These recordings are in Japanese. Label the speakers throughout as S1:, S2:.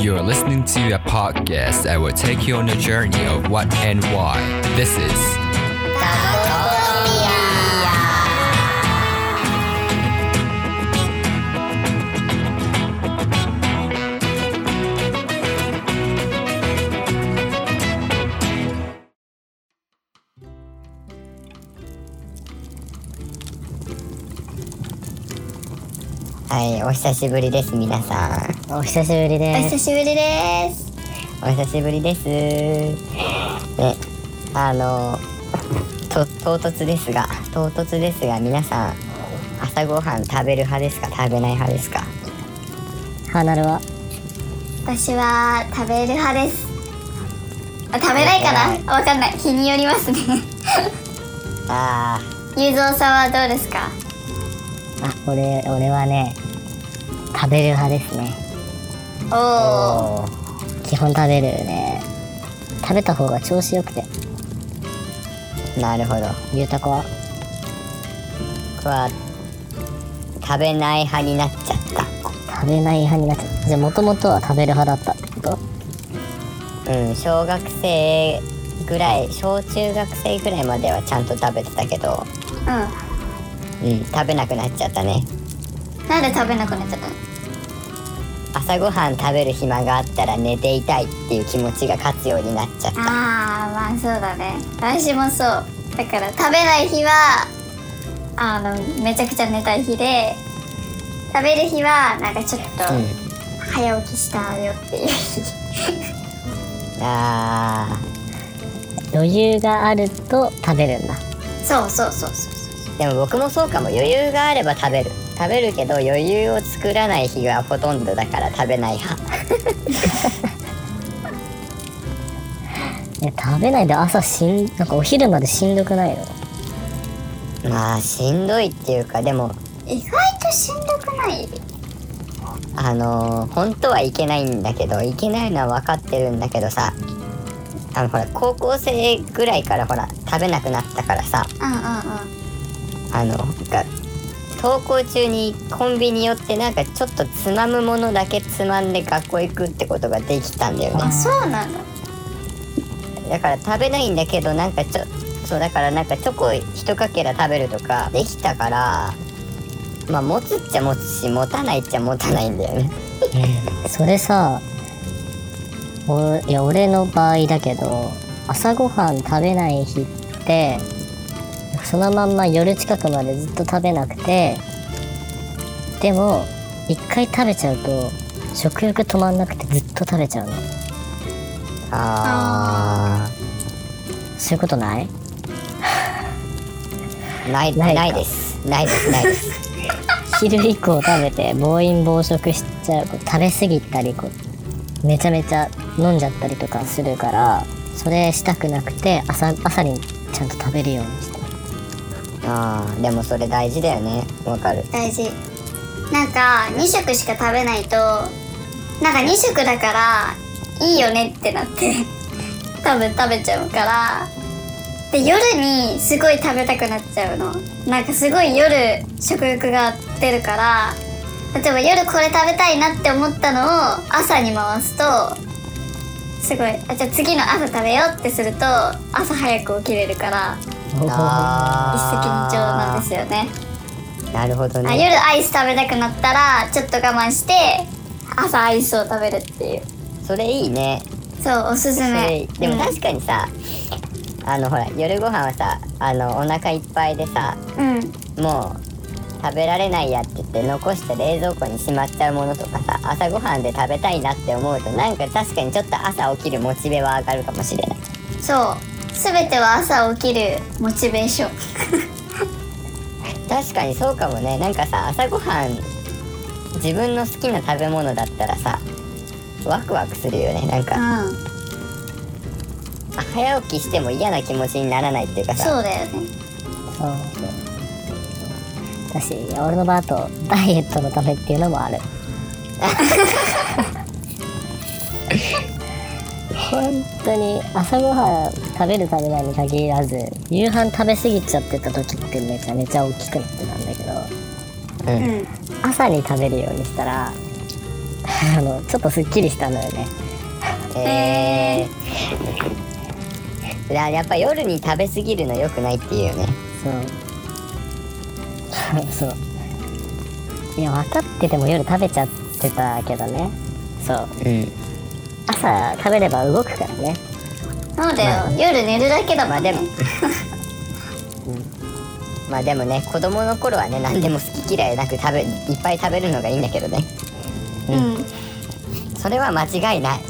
S1: You're listening to a podcast that will take you on a journey of what and why. This is
S2: はい、お久しぶりです、皆さん。
S3: お久しぶり
S4: お
S3: で
S4: 久
S3: す。
S4: しぶりです。
S2: お久しぶりです。ね、あの、と、唐突ですが、唐突ですが、皆さん、朝ごはん食べる派ですか食べない派ですか
S3: 花るは
S4: 私は食べる派です。あ、食べないかな。わかんない。日によります ね。
S2: あ
S4: ゆうぞうさんはどうですか。
S3: あ、俺俺はね食べる派ですね。
S4: おお。
S2: あ、
S3: 基本食べるね。食べた方が調子よくて。
S2: なるほど。
S3: ゆうたこは
S2: 僕は、食べない派になっちゃっ
S3: 食べない派になっちゃった。じゃあ元々は食べる派だったってこと？
S2: た。うん、小学生ぐらい、小中学生ぐらいまではちゃんと食べてたけど、
S4: う
S2: うん、食べなくなっちゃったね。
S4: ん。なんで食べなくなっちゃったの。
S2: 朝ごはん食べる暇があったら寝ていたいっていう気持ちが勝つようになっちゃった
S4: ああ、まあ、そうだね。私もそう。だから、食べない日は。あの、めちゃくちゃ寝たい日で。食べる日は、なんかちょっと
S2: うん
S4: 早起きしたよっていう日。
S2: あ
S3: 余裕があると食べるんだ。
S4: そうそうそうそう。
S2: ーでも僕もそうかも余裕があれば食べる食べるけど余裕を作らない日がほとんどだから食べない派
S3: ね食 べないで朝しんなんかお昼までしんどくないの？
S2: まあしんどいっていうかでも
S4: 意外としんどくない。
S2: あのー本当はいけないんだけどいけないのは分かってるんだけどさあのほら高校生ぐらいからほら食べなくなったからさ
S4: うんうんうん。
S2: あのが登校中にコンビニ寄ってなんかちょっとつまむものだけつまんで学校行くってことができたんだよね
S4: あそうなんだ
S2: だから食べないんだけどなんかちょそうだからなんかチョコ一かけら食べるとかできたからまあ持つっちゃ持つし持たないっちゃ持たないんだよね
S3: それさおいや俺の場合だけど朝ごはん食べない日ってそのまんま夜近くまでずっと食べなくてでも一回食べちゃうと食欲止まんなくてずっと食べちゃうの
S2: あ
S3: そういうことない
S2: ーない
S3: な
S2: ないい
S3: か
S2: ですないですないです
S3: 昼以降食べて暴飲暴食しちゃうこう食べ過ぎたりこうめちゃめちゃ飲んじゃったりとかするからそれしたくなくて朝朝にちゃんと食べるようにして
S2: あーでもそれ大事だよねわかる
S4: 大事なんか2食しか食べないとなんか2食だからいいよねってなって 多分食べちゃうからで夜にすごい食べたくなっちゃうのなんかすごい夜食欲が出るから例えば夜これ食べたいなって思ったのを朝に回すとすごいあじゃあ次の朝食べようってすると朝早く起きれるから一石二鳥なんですよね
S2: すなるほど
S4: あ
S2: ね
S4: 夜アイス食べたくなったらちょっと我慢して朝アイスを食べるっていう
S2: それいいね
S4: そうおすす
S2: そ
S4: め
S2: れでも
S4: うん
S2: 確かにさ、あのほら夜ご飯はさあのお腹いっぱいでさ
S4: うん
S2: もう食べられないやって言って残して冷蔵庫にしまっちゃうものとかさ朝ごはんで食べたいなって思うとなんか確かにちょっと朝起きるモチベは上がるかもしれない
S4: そう全ては朝起きるモチベーション
S2: 確かにそうかもねなんかさ朝ごはん自分の好きな食べ物だったらさワクワクするよねなんか、
S4: うん
S2: 早起きしても嫌な気持ちにならないっていうかさ
S4: そうだよね
S3: そうだしいや俺の場合だとダイエットのためっていうのもある本当に朝ごはん食べる食べないに限らず夕飯食べ過ぎちゃってた時ってめちゃめちゃ大きくなってたんだけど
S2: う
S4: うんん
S3: 朝に食べるようにしたらあのちょっとすっきりしたのよね
S2: えー、ややっぱ夜に食べ過ぎるの良くないっていうよね
S3: そうそう いや分かってても夜食べちゃってたけどねそう
S2: う
S3: 朝食べれば動くからね
S4: そうだよ、夜寝るだけだもんね
S2: んまあでもね子供の頃はね何でも好き嫌いなく食べいっぱい食べるのがいいんだけどね
S4: うん
S2: それは間違いない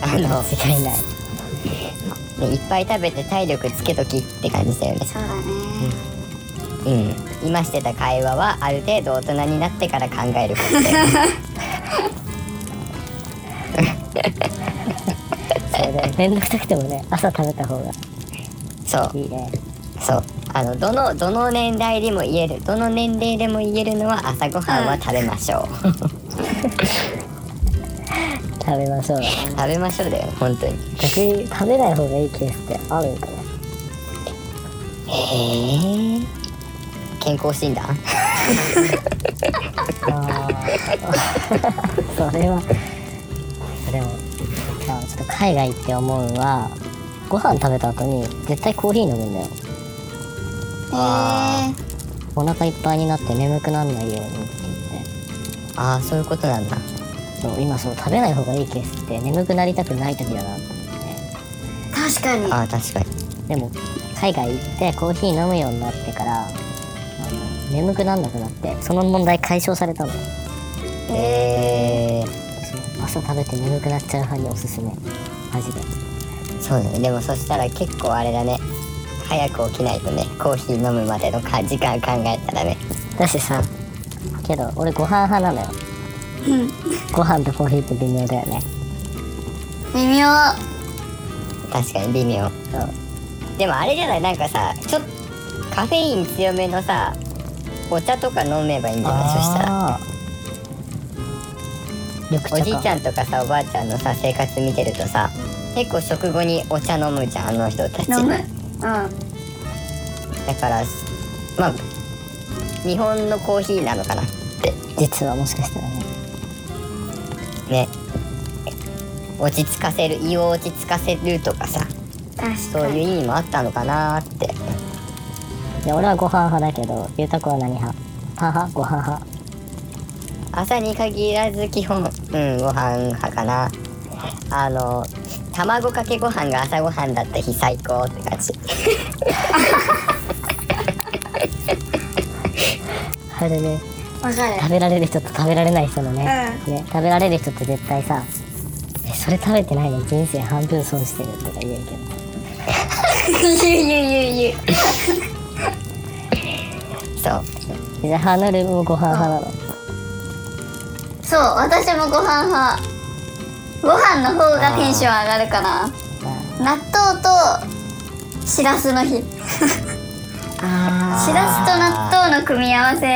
S2: あの、
S3: 間違いない
S2: ね、いっぱい食べて体力つけときって感じだよね
S4: そうだね
S2: うん今してた会話はある程度大人になってから考えることだよ
S3: それで面倒くさくてもね朝食べた方が
S2: そう
S3: いいね
S2: そうあのどのどの年代でも言えるどの年齢でも言えるのは朝ごはんは食べましょう、
S3: 食べましょうだね
S2: 食べましょうだよ本当に
S3: 逆に食べない方がいいケースってあるんか な
S2: へえ健康診断
S3: あー それはでもあちょっと海外行って思うのはご飯食べた後に絶対コーヒー飲むんだよ
S4: へ
S3: お腹いっぱいになって眠くなんないようにって言って
S2: ああそういうことなんだ
S3: そう今そう食べない方がいいケースって眠くなりたくない時だな
S4: え確かに
S2: ああ確かに
S3: でも海外行ってコーヒー飲むようになってからあの眠くなんなくなってその問題解消されたの
S2: へえ
S3: そう朝食べて眠くなっちゃう派におすすめマジで
S2: そうだねでもそしたら結構あれだね早く起きないとねコーヒー飲むまでのか時間考えたらね
S3: だしさけど俺ご飯派なのよご飯とコーヒーって微妙だよね
S4: 微妙
S2: 確かに微妙でもあれじゃないなんかさちょっとカフェイン強めのさお茶とか飲めばいいんじゃないそしたら
S3: あー緑茶
S2: お
S3: か
S2: じいちゃんとかさおばあちゃんのさ生活見てるとさ結構食後にお茶飲むじゃんあの人たち
S4: 飲むう
S2: だ
S4: ん
S2: からまあ日本のコーヒーなのかなって
S3: 実はもしかしたらね
S2: ね落ち着かせる胃を落ち着かせるとかさ
S4: 確
S2: そう
S4: か
S2: いう
S4: に
S2: 意味もあったのかなって
S3: いや俺はご飯派だけどゆうたこは何派パン派ご飯派
S2: 朝に限らず基本うんご飯派かなあの卵かけご飯が朝ごはんだった日最高って感じ
S3: あれね
S4: わかる
S3: 食べられる人と食べられない人のね,、ね食べられる人って絶対さ「えそれ食べてないの人生半分損してる」とか言うけど
S4: ゆうゆうゆうゆう
S2: そう
S3: じゃあハーノルもご飯派なの
S4: そう私もご飯派ご飯の方がテンション上がるかな納豆としらすの日しら
S2: あ
S4: すと納豆の組み合わせ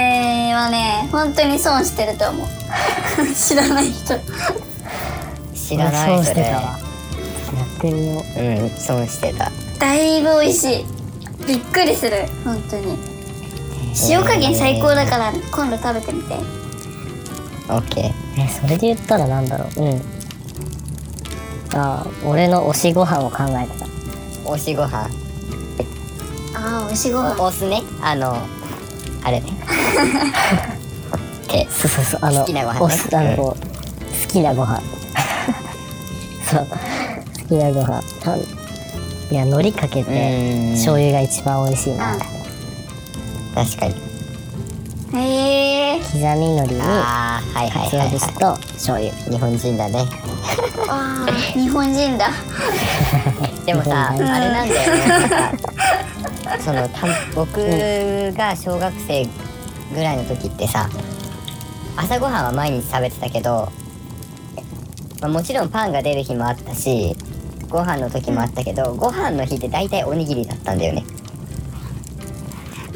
S4: はね本当に損してると思う 知らない人
S2: 知らない
S3: 俺損
S2: そ
S3: して
S2: れ
S3: たわやってみよう
S2: うん損してた
S4: だいぶ美味しいびっくりする本当に塩加減最高だから今度食べてみて
S2: オッケ
S3: えそれで言ったらなんだろううんあー俺の推しご飯を考えてた
S2: ーおしご飯
S4: ああ美味しいご飯
S2: おお酢ねあのあれねって
S3: そうそうそうあの
S2: 好きなご飯ね
S3: おすあ
S2: うん
S3: のこう好きなご飯 そう好きなご飯たんいや海苔かけ
S2: うん
S3: て醤油が一番美味しいな
S4: うん
S2: 確かに
S4: へえ
S3: 刻み海苔に
S2: ああはいはい
S3: つ
S2: はい、
S3: お節
S2: は
S3: と醤油
S2: い、日本人だね
S4: あー日本人だ
S2: でもさ、
S3: うん
S2: あれなんだよねなんか。そのた僕が小学生ぐらいの時ってさ、朝ごはんは毎日食べてたけど、まあ、もちろんパンが出る日もあったし、ご飯の時もあったけど、ご飯の日って大体おにぎりだったんだよね。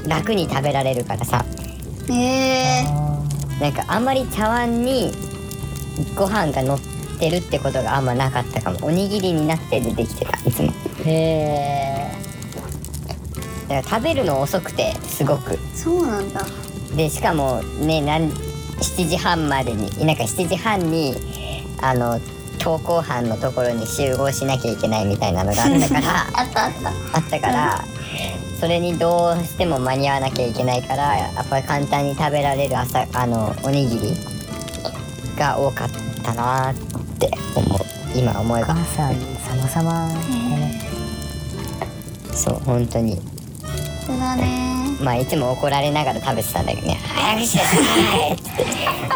S2: 楽に食べられるからさ、
S4: へえ
S2: なんかあんまり茶碗にご飯が乗ってるってことがあんまなかったかも。おにぎりになって出てきてた、いつも。
S3: へえ
S2: だから食べるの遅くてすごく
S4: そうなんだ
S2: でしかもねなん7時半までになんか7時半にあの投稿班のところに集合しなきゃいけないみたいなのがあったから
S4: あったあった
S2: あったからそれにどうしても間に合わなきゃいけないからやっぱり簡単に食べられる朝あのおにぎりが多かったなって思う今思え
S3: お
S2: ば
S3: 母さん様様
S2: そう本当に
S4: そうだね
S2: まあいつも怒られながら食べてたんだけどね早くしなさいって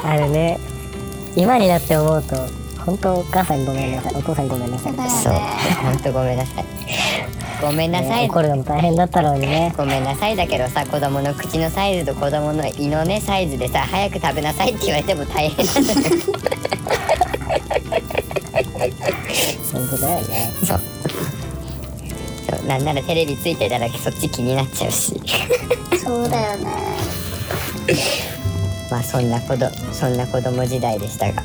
S3: あるね今になって思うと本当お母さんごめんなさいお父さんごめんなさい、
S4: だよ
S2: そう
S4: ね
S2: 本当ごめんなさいごめんなさ
S3: ね
S2: い
S3: 怒るのも大変だったろうにね
S2: ごめんなさいだけどさ子供の口のサイズと子供の胃のねサイズでさ早く食べなさいって言われても大変なんだよ
S3: 本当だよね
S2: そうそうなんならテレビついてただけそっち気になっちゃうし
S4: そうだよね
S2: まあそんな子どそんな子供時代でしたが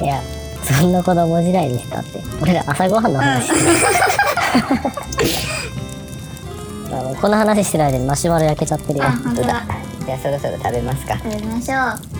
S3: いやそんな子供時代でしたって俺ら朝ごはんの話 してたあのこの話してる間にマシュマロ焼けちゃってるよ
S4: あ本当だ
S2: じゃあそろそろ食べますか
S4: 食べましょう